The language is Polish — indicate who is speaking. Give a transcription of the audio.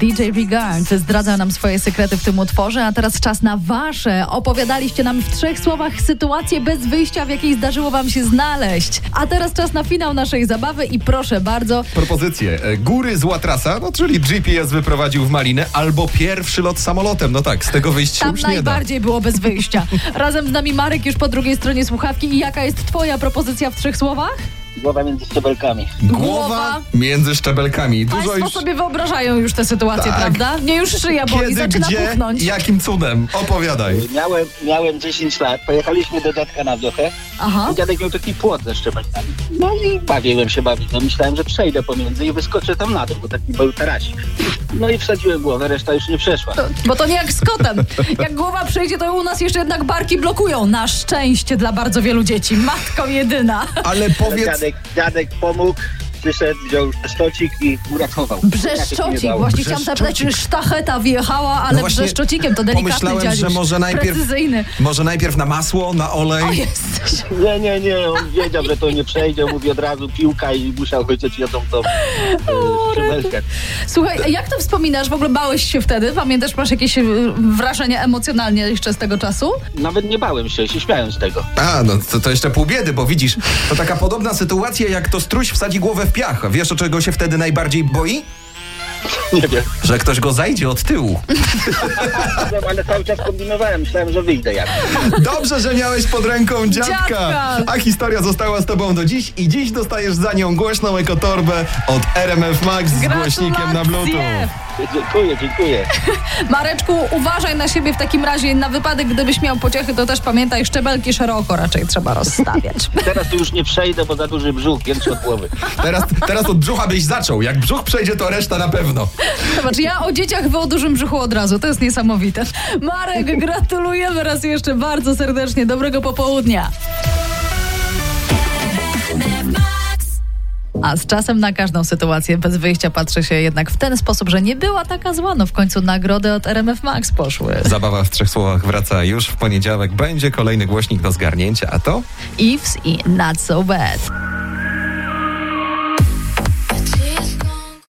Speaker 1: DJ Regard zdradza nam swoje sekrety w tym utworze, a teraz czas na wasze. Opowiadaliście nam w trzech słowach sytuację bez wyjścia, w jakiej zdarzyło wam się znaleźć. A teraz czas na finał naszej zabawy i proszę bardzo,
Speaker 2: Propozycje. E, Góry zła trasa, no czyli GPS wyprowadził w malinę, albo pierwszy lot samolotem. No tak, z tego wyjść
Speaker 1: tam
Speaker 2: już nie da.
Speaker 1: najbardziej było bez wyjścia. Razem z nami Marek już po drugiej stronie słuchawki i jaka jest twoja propozycja w trzech słowach?
Speaker 3: Głowa między szczebelkami.
Speaker 1: Głowa.
Speaker 2: między szczebelkami. Dużo
Speaker 1: Państwo
Speaker 2: już
Speaker 1: sobie wyobrażają już tę sytuację,
Speaker 2: Tak.
Speaker 1: prawda? Nie już szyja boli,
Speaker 2: kiedy,
Speaker 1: zaczyna
Speaker 2: gdzie,
Speaker 1: puchnąć.
Speaker 2: jakim cudem. Opowiadaj.
Speaker 3: Miałem, miałem 10 lat, pojechaliśmy do dziadka na wiochę.
Speaker 1: Aha.
Speaker 3: i Dziadek miał taki płot ze szczebelkami. No i bawiłem się, bawiłem. Myślałem, że przejdę pomiędzy i wyskoczę tam na dół, bo taki był tarasik. No i wsadziłem głowę, reszta już nie przeszła.
Speaker 1: Bo to nie jak z kotem. Jak głowa przejdzie, to u nas jeszcze jednak barki blokują. Na szczęście dla bardzo wielu dzieci. Matko jedyna.
Speaker 2: Ale powiedz,
Speaker 3: Dziadek, dziadek pomógł, przyszedł, wziął szczocik i uratował. Jak się nie
Speaker 1: Brzeszczocik.
Speaker 3: dało.
Speaker 1: Właśnie chciałam zapytać, czy sztacheta wjechała, ale
Speaker 2: No właśnie
Speaker 1: brzeszczocikiem to delikatny
Speaker 2: pomyślałem,
Speaker 1: dziadziuś.
Speaker 2: że może najpierw-
Speaker 1: Precyzyjny.
Speaker 2: może najpierw na masło, na
Speaker 1: O,
Speaker 2: olej.
Speaker 1: jesteś.
Speaker 3: Nie, nie, nie, on wiedział, że to nie przejdzie, mówi od razu piłka i musiał chwycić jedną tą e, szczebelkę.
Speaker 1: Słuchaj, a jak to wspominasz? W ogóle bałeś się wtedy? Pamiętasz, masz jakieś e, wrażenia emocjonalnie jeszcze z tego czasu?
Speaker 3: Nawet nie bałem się, się śmiałem z tego.
Speaker 2: A, no to, to jeszcze pół biedy, bo widzisz, to taka podobna sytuacja, jak to struś wsadzi głowę w piach. Wiesz, o czego się wtedy najbardziej boi?
Speaker 3: Nie wiem,
Speaker 2: Że ktoś go zajdzie od tyłu.
Speaker 3: ale cały czas kombinowałem, myślałem, że wyjdę jak.
Speaker 2: Dobrze, że miałeś pod ręką dziadka.
Speaker 1: Dziadka.
Speaker 2: A historia została z tobą do dziś i dziś dostajesz za nią głośną ekotorbę od RMF Max z głośnikiem na Bluetooth.
Speaker 1: Gratulacje!
Speaker 3: Dziękuję, dziękuję.
Speaker 1: Mareczku, uważaj na siebie w takim razie na wypadek, gdybyś miał pociechy, to też pamiętaj, szczebelki szeroko raczej trzeba rozstawiać.
Speaker 3: Teraz tu już nie przejdę, bo za duży brzuch, większy od głowy.
Speaker 2: Teraz, teraz od brzucha byś zaczął. Jak brzuch przejdzie, to reszta na pewno.
Speaker 1: Zobacz, ja o dzieciach wy o dużym brzuchu od razu, to jest niesamowite. Marek, gratulujemy raz jeszcze bardzo serdecznie, dobrego popołudnia. A z czasem na każdą sytuację bez wyjścia patrzy się jednak w ten sposób, że nie była taka zła, no w końcu nagrody od RMF Max poszły.
Speaker 2: Zabawa w trzech słowach wraca już w poniedziałek. Będzie kolejny głośnik do zgarnięcia, a to
Speaker 1: Eves i Not So Bad.